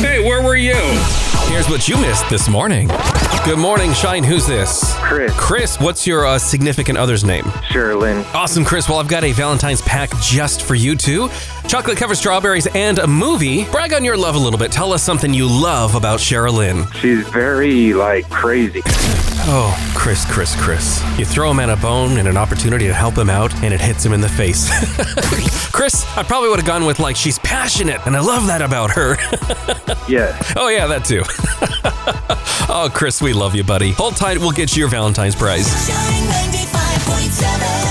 Hey, where were you? Here's what you missed this morning. Good morning, Shine. Who's this? Chris. Chris, what's your uh, significant other's name? Sure, Lynn. Awesome, Chris. Well, I've got a Valentine's pack just for you two. Chocolate covered strawberries and a movie. Brag on your love a little bit. Tell us something you love about Cheryl Lynn. She's very, like, crazy. Oh, Chris, Chris, Chris. You throw a man a bone and an opportunity to help him out, and it hits him in the face. Chris, I probably would have gone with, like, she's passionate, and I love that about her. Yeah. oh, yeah, that too. oh, Chris, we love you, buddy. Hold tight, we'll get you your Valentine's prize. Shine 95.7.